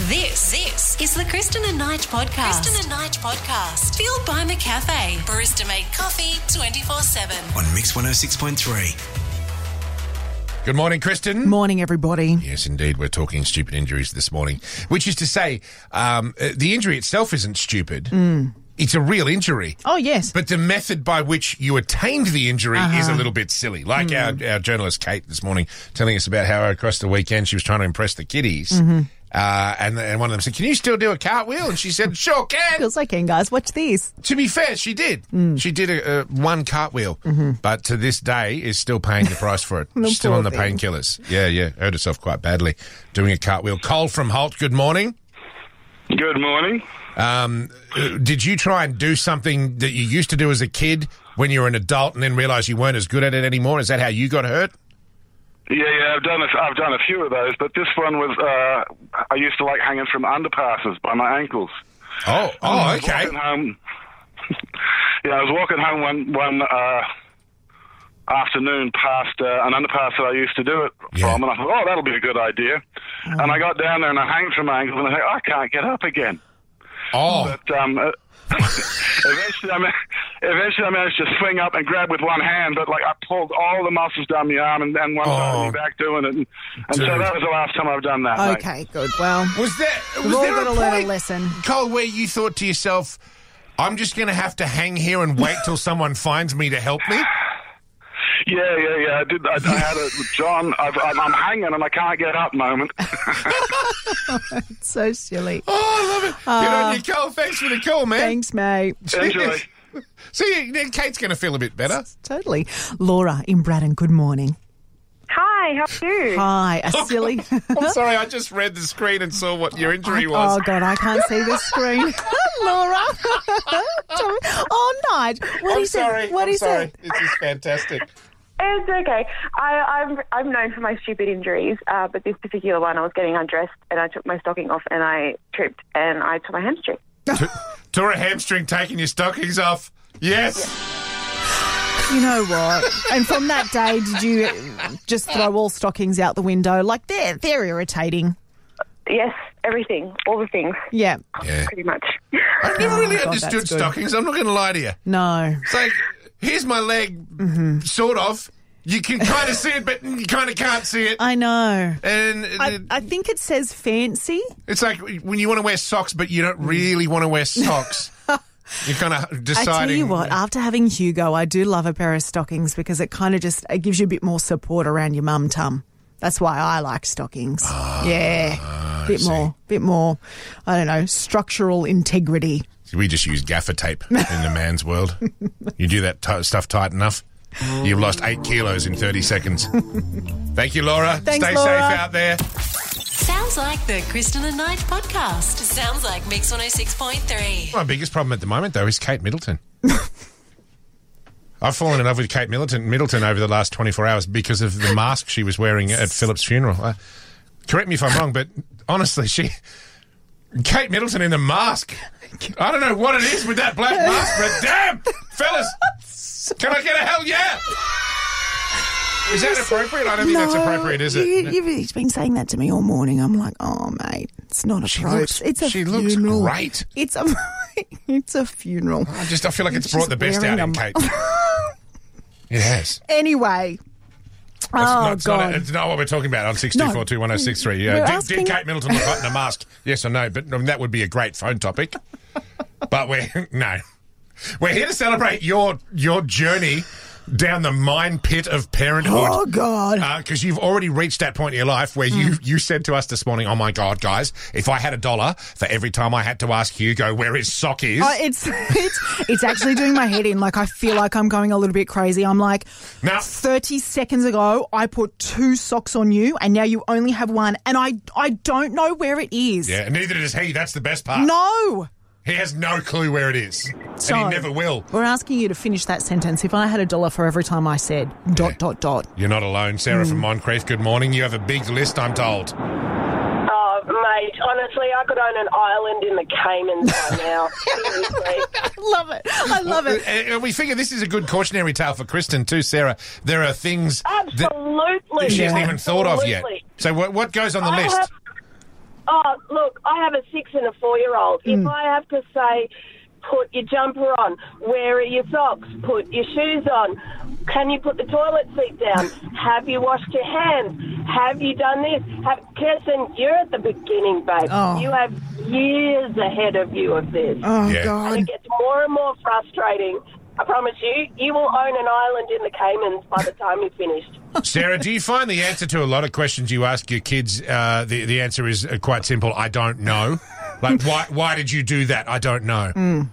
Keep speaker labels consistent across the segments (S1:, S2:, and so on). S1: This, this is the Kristen and Knight podcast. Kristen and Knight podcast. Fueled by McCafe. Barista made coffee 24 7.
S2: on Mix 106.3.
S3: Good morning, Kristen.
S4: Morning, everybody.
S3: Yes, indeed. We're talking stupid injuries this morning, which is to say, um, uh, the injury itself isn't stupid. It's a real injury.
S4: Oh, yes.
S3: But the method by which you attained the injury is a little bit silly. Like our, our journalist Kate this morning telling us about how across the weekend she was trying to impress the kiddies. Uh, and, and one of them said, Can you still do a cartwheel? And she said, Sure can.
S4: Feels like in, guys. Watch these.
S3: To be fair, she did.
S4: Mm.
S3: She did a, a one cartwheel,
S4: Mm-hmm.
S3: but to this day is still paying the price for it. still
S4: poor
S3: on the
S4: thing.
S3: painkillers. Yeah, yeah. Hurt herself quite badly doing a cartwheel. Cole from Holt. Good morning.
S5: Good morning.
S3: Um, uh, did you try and do something that you used to do as a kid when you were an adult and then realize you weren't as good at it anymore? Is that how you got hurt?
S5: Yeah, yeah, I've done a, I've done a few of those, but this one was uh, I used to like hanging from underpasses by my ankles.
S3: Oh, oh,
S5: I was
S3: okay.
S5: walking home- yeah, I was walking home one one uh, afternoon past uh, an underpass that I used to do it
S3: Yeah. Mm.
S5: from, and I thought, oh, that'll be a good idea. And I got down there and I hanged from my ankles, and I thought, I can't get up again.
S3: Oh,
S5: But um, uh, eventually, I ma- eventually, I managed to swing up and grab with one hand, but like I pulled all the muscles down my arm and, and one side
S3: Oh.
S5: of me back doing it, and, and so
S3: Dude.
S5: that was the last time I've done that. mate.
S4: Okay, good. Well,
S3: was that? Was
S4: all
S3: there
S4: gotta learn a
S3: point,
S4: lesson.
S3: Cole, where you thought to yourself, "I'm just going to have to hang here and wait till someone finds me to help me."
S5: Yeah, yeah, yeah. I did. I, I had a John. I've, I'm, I'm hanging and I can't get up moment.
S4: it's so silly.
S3: Oh, I love it. Get on your
S4: Ah.
S3: call. Thanks for the call, man.
S4: Thanks, mate.
S3: Cheers.
S5: Enjoy.
S3: See, then Kate's going to feel a bit better.
S4: Totally. Laura in Braddon, good morning.
S6: Hi, how are you?
S4: Hi, a silly.
S3: I'm sorry, I just read the screen and saw what your injury was.
S4: Oh, God, I can't see the screen. Laura. Sorry. oh, Nige. What
S3: I'm
S4: is
S3: sorry.
S4: it? What
S3: I'm
S4: is
S3: sorry.
S4: it?
S3: This is fantastic.
S6: It's okay. I, I'm I'm known for my stupid injuries, uh, but this particular one, I was getting undressed and I took my stocking off and I tripped and I tore my hamstring.
S3: Tore a hamstring taking your stockings off. Yes.
S4: You know what? And from that day, did you just throw all stockings out the window? Like, they're, they're irritating.
S6: Yes, everything, all the things,
S4: Yeah.
S3: Yeah.
S6: pretty much.
S3: I've never really
S4: God, that's
S3: understood
S4: good.
S3: stockings. I'm not going to lie to you.
S4: No.
S3: It's like, here's my leg,
S4: Mm-hmm.
S3: sort of. You can kind of see it, but you kind of can't see it.
S4: I know.
S3: and
S4: I, I think it says fancy.
S3: it's like when you want to wear socks, but you don't really want to wear socks. You're kind of deciding.
S4: Mm. I tell you what, after having Hugo, I do love a pair of stockings because it kind of just it gives you a bit more support around your mum tum. That's why I like stockings.
S3: Ah,
S4: yeah, bit more, bit more. I don't know, structural integrity.
S3: We just use gaffer tape in the man's world. You do that t- stuff tight enough, you've lost eight kilos in 30 seconds. Thank you, Laura.
S4: Thanks,
S3: Stay
S4: Laura.
S3: safe out there.
S1: Sounds like the Kristen and Knight podcast. Sounds like Mix 106.3.
S3: My biggest problem at the moment, though, is Kate Middleton. I've fallen in love with Kate Middleton, Middleton over the last 24 hours because of the mask she was wearing at Philip's funeral. Uh, correct me if I'm wrong, but honestly, she. Kate Middleton in the mask. I don't know what it is with that black mask, but damn, fellas, can I get a hell yeah? Is that appropriate? I don't think that's appropriate, is it?
S4: You, you, he's been saying that to me all morning. I'm like, oh mate, it's not
S3: She
S4: appropriate.
S3: looks-
S4: it's a
S3: she
S4: funeral.
S3: looks great.
S4: It's a it's a funeral.
S3: I just I feel like it's brought
S4: She's
S3: the best out
S4: wearing
S3: in
S4: a
S3: Kate. It has.
S4: Anyway,
S3: It's
S4: oh
S3: not, it's not-
S4: god.
S3: it's not what we're talking about on six two four two one zero six three.
S4: We're
S3: Yeah, did,
S4: asking-
S3: did Kate Middleton look hot in a mask? Yes or no? But I mean, that would be a great phone topic. but we're no, we're here to celebrate your your journey down the mine pit of parenthood.
S4: Oh, God. Hmm.
S3: Because you've already reached that point in your life where you you said to us this morning, "Oh my God, guys! If I had a dollar for every time I had to ask Hugo where his sock is."
S4: I- Uh, it's it's it's actually doing my head in. Like I feel like I'm going a little bit crazy. I'm like,
S3: Now-
S4: thirty seconds ago, I put two socks on you, and now you only have one, and I I don't know where it is.
S3: yeah, neither does he. That's the best part.
S4: No.
S3: He has no clue where it is,
S4: So,
S3: and he never will.
S4: We're asking you to finish that sentence. If I had a dollar for every time I said dot
S3: Yeah.
S4: dot dot,
S3: You're not alone, Sarah
S4: Hmm.
S3: from Moncrief. Good morning. You have a big list, I'm told.
S7: Oh, mate, honestly, I could own an island in the Caymans by now. Seriously.
S4: love it. I love it.
S3: Uh, uh, we figure this is a good cautionary tale for Kristen too, Sarah. There are things that
S7: Absolutely.
S3: she hasn't even thought of yet.
S7: Absolutely.
S3: So what what goes on the
S7: I
S3: list?
S7: have- Oh, look, I have a six and a four year old.
S3: Hmm.
S7: If I have to say, put your jumper on, where are your socks, put your shoes on, can you put the toilet seat down, have you washed your hands, have you done this? Have, Kirsten, you're at the beginning, babe.
S4: Oh.
S7: You have years ahead of you of this.
S4: Oh,
S3: Yeah.
S7: And
S4: God.
S7: it gets more and more frustrating. I promise you, you will own an island in the Caymans by the time you're finished.
S3: Sarah, do you find the answer to a lot of questions you ask your kids? Uh, the the answer is uh, quite simple. I don't know. Like why why did you do that? I don't know.
S4: Mm.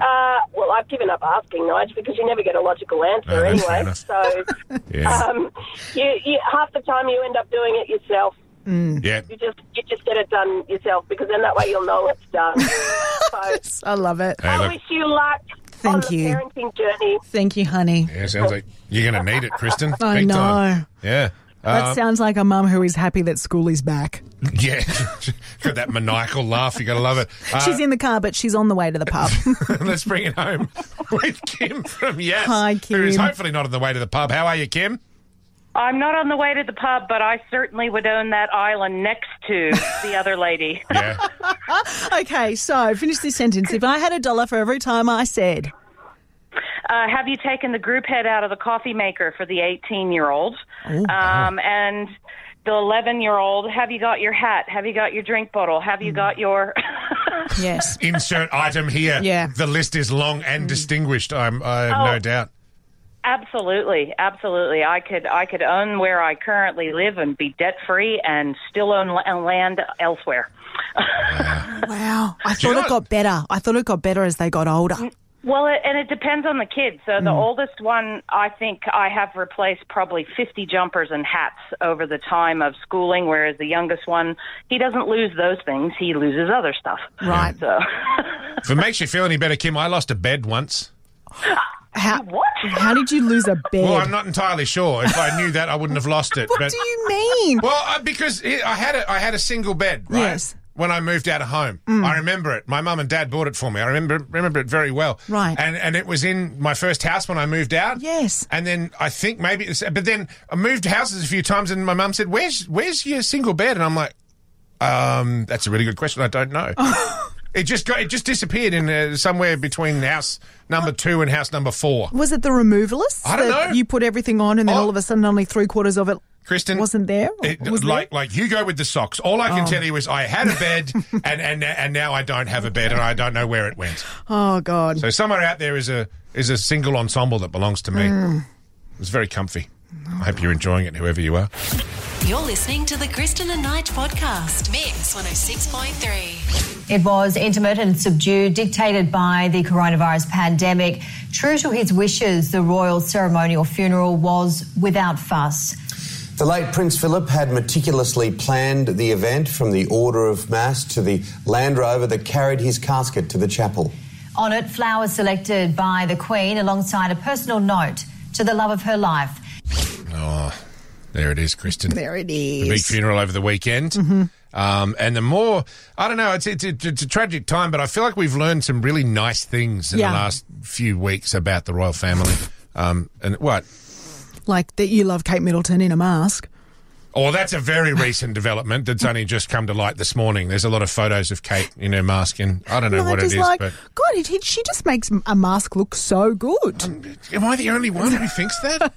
S7: Uh, well, I've given up asking, Nige, because you never get a logical
S3: No,
S7: answer
S3: that's fair
S7: anyway.
S3: enough.
S7: So
S3: Yeah,
S4: Uh,
S7: um, you, you, half the time you end up doing it yourself.
S3: yeah.
S7: You just you just get it done yourself because then that way you'll know it's done. so
S4: I love it.
S3: Hey,
S7: I
S3: look.
S7: wish you luck on
S4: Thank
S7: the
S4: you.
S7: parenting journey.
S4: Thank you, honey.
S3: Yeah, sounds like you're going to need it, Kristen.
S4: I
S3: Big
S4: know.
S3: time. Yeah.
S4: That
S3: Um,
S4: sounds like a mum who is happy that school is back.
S3: yeah. Got that maniacal laugh. You got to love it. Uh,
S4: she's in the car, but she's on the way to the pub.
S3: let's bring it home with Kim from Yes.
S4: Hi,
S3: Who is
S4: Kim.
S3: hopefully not on the way to the pub. How are you, Kim?
S8: I'm not on the way to the pub, but I certainly would own that island next to the other lady.
S3: Yeah.
S4: okay, so finish this sentence. If I had a dollar for every time I said,
S8: Uh, have you taken the group head out of the coffee maker for the 18 year old? Um, and the 11 year old, have you got your hat? Have you got your drink bottle? Have you got your.
S4: yes.
S3: Insert item here.
S4: Yeah. Mm.
S3: The list is long and distinguished. I'm, I have no doubt.
S8: absolutely, absolutely. I could, I could own where I currently live and be debt free and still own la- land elsewhere.
S4: Wow. I
S3: you
S4: thought
S3: know
S4: it
S3: what-
S4: got better. I thought it got better as they got older.
S8: Well, it, and it depends on the kid. So
S4: Hmm.
S8: the oldest one, I think I have replaced probably 50 jumpers and hats over the time of schooling, whereas the youngest one, he doesn't lose those things. He loses other stuff.
S4: Right.
S8: So,
S3: If it makes you feel any better, Kim, I lost a bed once.
S4: How,
S8: what?
S4: how did you lose a bed?
S3: Well, I'm not entirely sure. If I knew that, I wouldn't have lost it.
S4: what
S3: but
S4: do you mean?
S3: Well, I, because it, I had a, I had a single bed, right?
S4: Yes. Mm.
S3: When I moved out of home, I remember it. My mum and dad bought it for me. I remember remember it very well.
S4: Right.
S3: And and it was in my first house when I moved out.
S4: Yes.
S3: And then I think maybe, it's, but then I moved houses a few times, and my mum said, "Where's where's your single bed?" And I'm like, "Um, that's a really good question. I don't know." It just got, it just disappeared in uh, somewhere between house number two and house number four.
S4: Was it the removalists?
S3: I don't
S4: that
S3: know.
S4: You put everything on and then
S3: Oh.
S4: all of a sudden only three quarters of it
S3: Kristen
S4: wasn't there?
S3: It-
S4: was there? Oh.
S3: like like you go with the socks. All I can tell you is I had a bed and, and and now I don't have a bed and I don't know where it went.
S4: Oh, God.
S3: So somewhere out there is a is a single ensemble that belongs to me.
S4: Mm.
S3: It's very comfy. I hope you're enjoying it, whoever you are.
S1: You're listening to the Kristen and Knight podcast, Mix 106.3.
S9: It was intimate and subdued, dictated by the coronavirus pandemic. True to his wishes, the royal ceremonial funeral was without fuss.
S10: The late Prince Philip had meticulously planned the event from the order of mass to the Land Rover that carried his casket to the chapel.
S9: On it, flowers selected by the Queen alongside a personal note to the love of her life.
S3: Oh, there it is, Kristen.
S4: there it
S3: the big
S4: is. Mm-hmm.
S3: funeral over the weekend. Um, and the more, I don't know, it's, it's, it's, it's a tragic time, but I feel like we've learned some really nice things in
S4: Yeah.
S3: the last few weeks about the royal family. Um, and what?
S4: Like that you love Kate Middleton in a mask.
S3: Oh, that's a very recent development that's only just come to light this morning. There's a lot of photos of Kate in her mask, and I don't know
S4: And I
S3: what it
S4: just
S3: is,
S4: like,
S3: but
S4: God, it, it- she just makes a mask look so good.
S3: am I the only one who thinks that?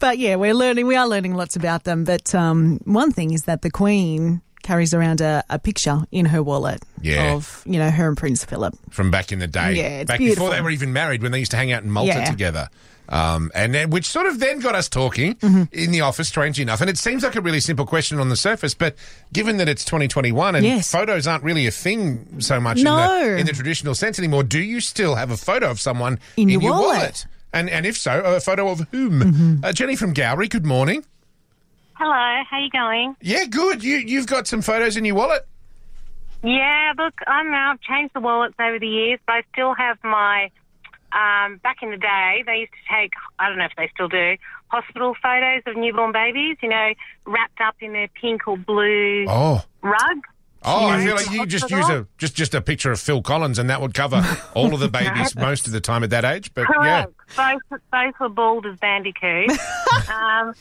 S4: But yeah, we're learning. We are learning lots about them. But um, one thing is that the Queen carries around a, a picture in her wallet
S3: Yeah.
S4: of you know her and Prince Philip.
S3: From back in the day,
S4: Yeah, it's
S3: back
S4: beautiful.
S3: before they were even married, when they used to hang out in Malta
S4: Yeah.
S3: together. Um, and then, which sort of then got us talking
S4: Mm-hmm.
S3: in the office, strange enough. And it seems like a really simple question on the surface, but given that it's 2021 and
S4: Yes.
S3: photos aren't really a thing so much in,
S4: No.
S3: the, in the traditional sense anymore, do you still have a photo of someone
S4: In
S3: in,
S4: your
S3: your,
S4: wallet? Mm-hmm.
S3: wallet? And and if so, a photo of whom? Uh, Jenny from Gowrie. Good morning.
S11: Hello, how you going?
S3: Yeah, good. You you've got some photos in your wallet.
S11: Yeah, look, I'm now I've changed the wallets over the years, but I still have my. Um, back in the day, they used to take I don't know if they still do hospital photos of newborn babies. You know, wrapped up in their pink or blue
S3: Oh.
S11: rug.
S3: Oh, I
S11: Yeah.
S3: feel like you could just use a just just a picture of Phil Collins, and that would cover all of the babies most of the time at that age. But yeah,
S11: Correct. Both both were bald as bandicoots. um,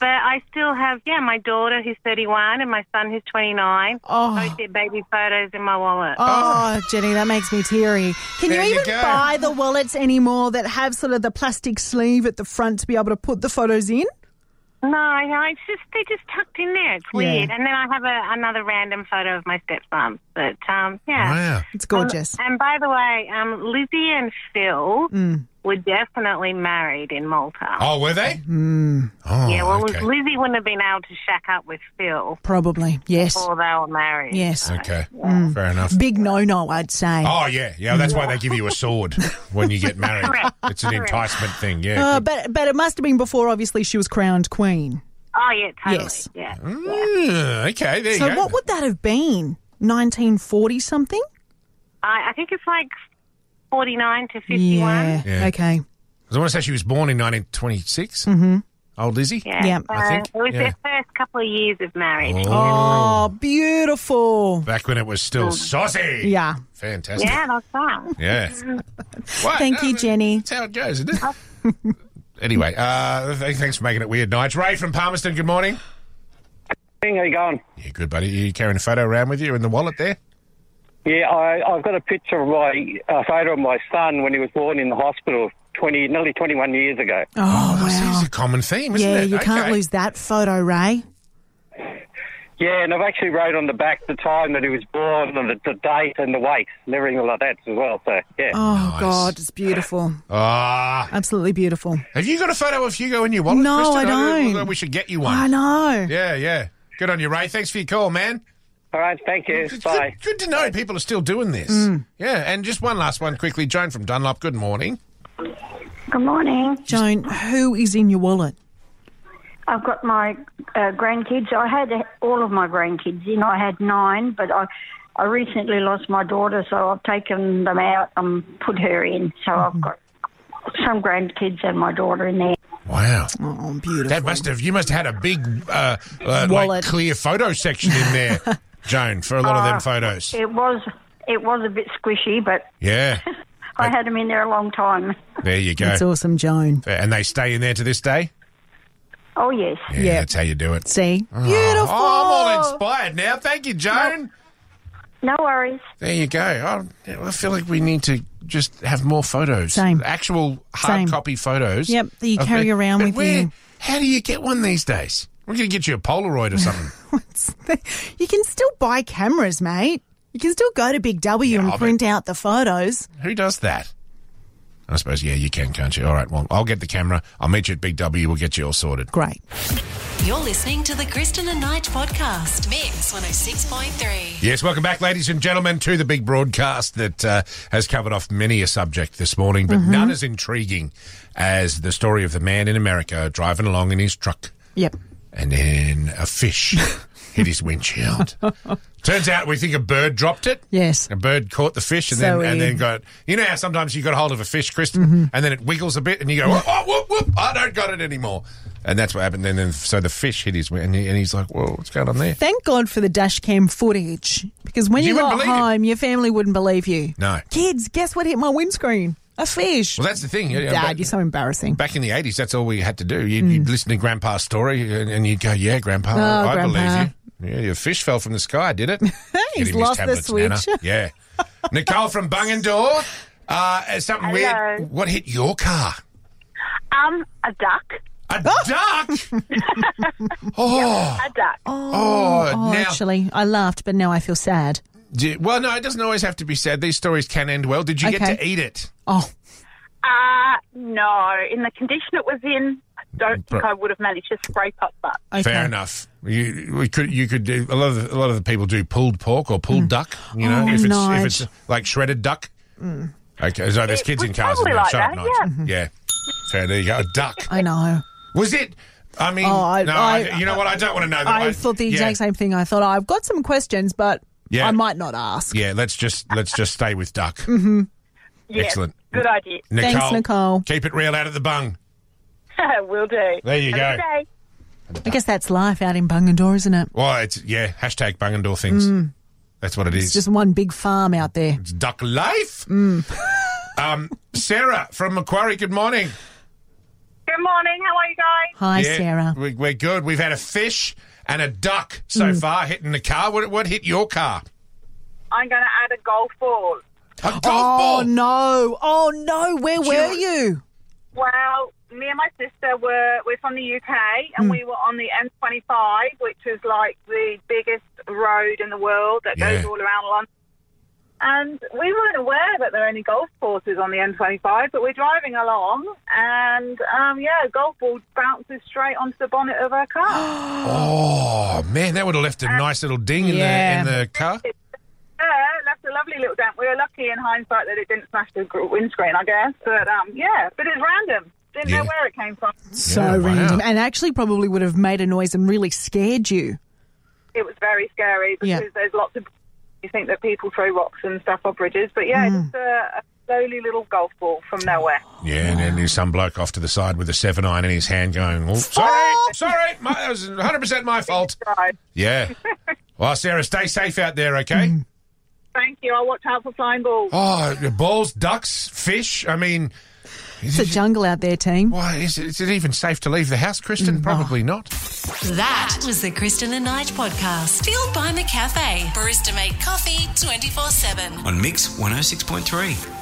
S11: But I still have, yeah, my daughter who's 31 and my son who's 29.
S4: Oh.
S11: Both their baby photos in my wallet.
S4: Oh, Jenny, that makes me teary. Can
S11: There
S4: you
S11: you
S4: even
S11: go.
S4: buy the wallets anymore that have sort of the plastic sleeve at the front to be able to put the photos in?
S11: No, no, it's just they're just tucked in there. It's weird.
S4: Yeah.
S11: And then I have a, another random photo of my stepson. But um,
S3: Oh,
S11: yeah,
S4: Wow. It's gorgeous.
S11: Um, and by the way, um, Lizzie and Phil
S4: Mm.
S11: were definitely married in Malta.
S3: Oh, were they? Oh,
S4: Mm.
S11: yeah, well, it was- Lizzie wouldn't have been able to shack up with Phil.
S4: Probably, yes.
S11: Before they were married.
S4: Yes.
S3: Okay.
S4: Mm.
S3: Fair enough.
S4: Big no no, I'd say.
S3: Oh yeah, yeah. That's why they give you a sword when you get married. It's an enticement thing. Yeah.
S4: Uh, but but it must have been before, obviously, she was crowned queen.
S11: Oh, yeah, totally.
S4: Yes.
S11: Yeah.
S3: Mm, okay. There
S4: so
S3: you go.
S4: what would that have been? 1940 something?
S11: I, I think it's like 49 to 51.
S4: Yeah.
S3: Yeah.
S4: Okay.
S3: 'Cause I want to say she was born in 1926.
S4: Mm-hmm.
S3: Old Lizzie.
S11: Yeah.
S3: I
S11: so
S3: think.
S11: It was
S3: yeah.
S11: their first couple of years of marriage.
S4: Oh, beautiful.
S3: Back when it was still saucy.
S4: Yeah.
S3: Fantastic.
S11: Oh. Yeah, that's that.
S3: Yeah.
S4: Thank you, Jenny.
S3: That's how it goes, isn't it? Anyway, uh, th- thanks for making it weird, Nige. Ray from Palmerston. Good morning.
S12: How you going?
S3: Yeah, good, buddy. you carrying a photo around with you in the wallet there?
S12: Yeah, I, I've got a picture of my a photo of my son when he was born in the hospital twenty, nearly twenty-one years ago.
S4: Oh, wow.
S3: It's a common theme, isn't
S4: Yeah,
S3: it?
S4: you can't
S3: Okay.
S4: lose that photo, Ray.
S12: Yeah, and I've actually wrote on the back the time that he was born and the, the date and the weight and everything like that as well. So yeah.
S4: Oh, God, it's beautiful.
S3: Ah.
S4: Absolutely beautiful.
S3: Have you got a photo of Hugo in your wallet?
S4: No,
S3: Kristen?
S4: I
S3: we-
S4: don't.
S3: We should get you one.
S4: I know.
S3: Yeah, yeah. Good on you, Ray. Thanks for your call, man.
S12: All right, thank you.
S3: Bye. Good, to know people are still doing this.
S4: Mm.
S3: Yeah, and just one last one quickly. Joan from Dunlop, good morning.
S13: Good morning.
S4: Joan, who is in your wallet?
S13: I've got my uh, grandkids. I had all of my grandkids in. I had nine, but I, I recently lost my daughter, so I've taken them out and put her in. So I've got some grandkids and my daughter in there.
S3: Wow.
S4: Oh, beautiful.
S3: That must have, you must have had a big, uh, uh, like
S13: Wallet.
S3: clear photo section in there, Joan, for a lot of
S13: Uh,
S4: Ah.
S3: them photos.
S13: It was it was a bit squishy, but
S3: Yeah,
S13: I had them in there a long time.
S3: there you go.
S4: That's awesome, Joan.
S3: And they stay in there to this day?
S13: Oh yes.
S3: Yeah, that's how you do it.
S4: See?
S3: Oh, Oh, I'm all inspired now. Thank you, Joan.
S13: No worries.
S3: There you go. Oh, I, I feel like we need to just have more photos.
S4: Same.
S3: Actual hard
S4: Same.
S3: copy photos.
S4: Yep, that you
S3: of
S4: carry
S3: pe-
S4: around
S3: but
S4: with
S3: where,
S4: you.
S3: How do you get one these days? We're going to get you a Polaroid or something.
S4: You can still buy cameras, mate. You can still go to Big W and print out the photos.
S3: Who does that? I suppose, yeah, you can, can't you? All right, well, I'll get the camera. I'll meet you at Big W. We'll get you all sorted.
S4: Great.
S1: You're listening to the Kristen and Knight podcast, Mix 106.3.
S3: Yes, welcome back, ladies and gentlemen, to the big broadcast that uh, has covered off many a subject this morning, but
S4: Mhm.
S3: none as intriguing as the story of the man in America driving along in his truck
S4: Yep.
S3: and then a fish hit his windshield. Turns out we think a bird dropped it.
S4: Yes.
S3: A bird caught the fish and
S4: So
S3: then and then
S4: weird. Mm-hmm.
S3: got you know how sometimes you got a hold of a fish, Kristen, and then it wiggles a bit and you go, oh, whoop, whoop, I don't got it anymore. And that's what happened. And then so the fish hit his win- and, he, and he's like, whoa, what's going on there?
S4: Thank God for the dash cam footage because when
S3: You
S4: you,
S3: wouldn't
S4: got
S3: believe it.
S4: home, your family wouldn't believe you.
S3: No.
S4: Kids, guess what hit my windscreen? A fish.
S3: Well, that's the thing.
S4: Dad, you're so embarrassing.
S3: Back in the 80s, that's all we had to do. You'd, you'd listen to Grandpa's story uh, and, and you'd go, yeah, Grandpa,
S4: Hmm. Oh,
S3: I
S4: Grandpa.
S3: believe you. Yeah, your fish fell from the sky, did it? Get him
S4: He's
S3: his
S4: lost the
S3: tablets, Nana.
S4: switch.
S3: Yeah. Nicole from Bungendore. Uh, uh, something
S14: Hello.
S3: weird. What hit your car?
S14: Um, a duck.
S3: A duck? oh.
S14: A duck.
S3: Oh,
S4: oh,
S3: now-
S4: actually, I laughed, but now I feel sad.
S3: Do- well, no, it doesn't always have to be sad. These stories can end well. Did you
S4: Okay.
S3: get to eat it?
S4: Oh,
S14: Uh, no. In the condition it was in, I don't think
S3: Bro-
S14: I would have managed to scrape up that.
S3: Fair enough. You we could you could do a lot of a lot of the people do pulled pork or
S4: Mm.
S3: pulled duck. You know,
S14: Oh,
S3: if it's
S14: Nige.
S3: if it's like shredded duck.
S4: Mm.
S3: Okay, so there's
S14: It
S3: kids
S14: was
S3: in cars.
S14: probably
S3: in there.
S14: like
S3: Shut up,
S14: that,
S3: Nige.
S14: yeah.
S3: yeah. Fair. There you go. A duck.
S4: I know.
S3: Was it? I mean,
S4: Oh, I-
S3: no. I,
S4: I-
S3: you know what? I don't want to know. That
S4: I thought the exact same thing. I thought "Oh, I've got some questions, but
S3: Yeah.
S4: I might not ask.
S3: Yeah. Let's just let's just stay with duck.
S4: hmm
S14: Yeah,
S3: Excellent.
S14: Good idea.
S3: Nicole,
S4: Thanks, Nicole.
S3: Keep it real out of the bung.
S14: Will do.
S3: There you
S14: Have a
S3: go.
S14: good day.
S4: I guess that's life out in Bungendore, isn't it?
S3: Well, it's yeah. Hashtag Bungendore things.
S4: Mm.
S3: That's what it
S4: It's
S3: is.
S4: just one big farm out there.
S3: It's duck
S4: Mm.
S3: life. Um, Sarah from Macquarie. Good morning.
S15: Good
S11: Good morning. How are you guys?
S3: Yeah, We, we're good. We've had a fish and a duck so
S11: Mm.
S3: far hitting the car. What, what hit your car?
S11: I'm going to add a golf ball.
S3: A golf
S4: oh,
S3: ball.
S4: no. Oh, no. Where were you?
S11: Well, me and my sister were we're from the UK and
S4: Mm.
S11: we were on the M25, which is like the biggest road in the world that goes
S16: Yeah.
S11: all around London. And we weren't aware that there are any golf courses on the M25, but we're driving along, and um, yeah, a golf ball bounces straight onto the bonnet of our car.
S3: Oh man, that would have left
S4: Uh,
S3: a nice little ding in
S11: Yeah.
S3: the in the car.
S11: yeah, left a lovely little dent. We were lucky in hindsight that it didn't smash the gr- windscreen, I guess. But um, yeah, but it's random. Didn't know where it came from.
S4: So random. And actually, probably would have made a noise and really scared you.
S11: it was very scary because
S4: Yeah.
S11: there's lots of you think that people throw rocks and stuff off bridges, but yeah,
S4: Mm.
S11: just a, a slowly little golf ball from nowhere.
S3: Yeah, and then there's some bloke off to the side with a seven iron in his hand, going, oh, "Sorry, sorry, my, that was 100 percent my fault." Yeah. Well, Sarah, stay safe out there, okay?
S4: Mm.
S11: Thank you. I'll watch out for flying balls.
S3: Oh, the balls, ducks, fish. I mean,
S4: It's a jungle out there, team.
S3: Why is it, is it even safe to leave the house, Kristen? Probably not.
S1: That was the Kristen and Knight podcast. Fueled by McCafe. Barista made coffee 24 7.
S2: oh on Mix 106.3.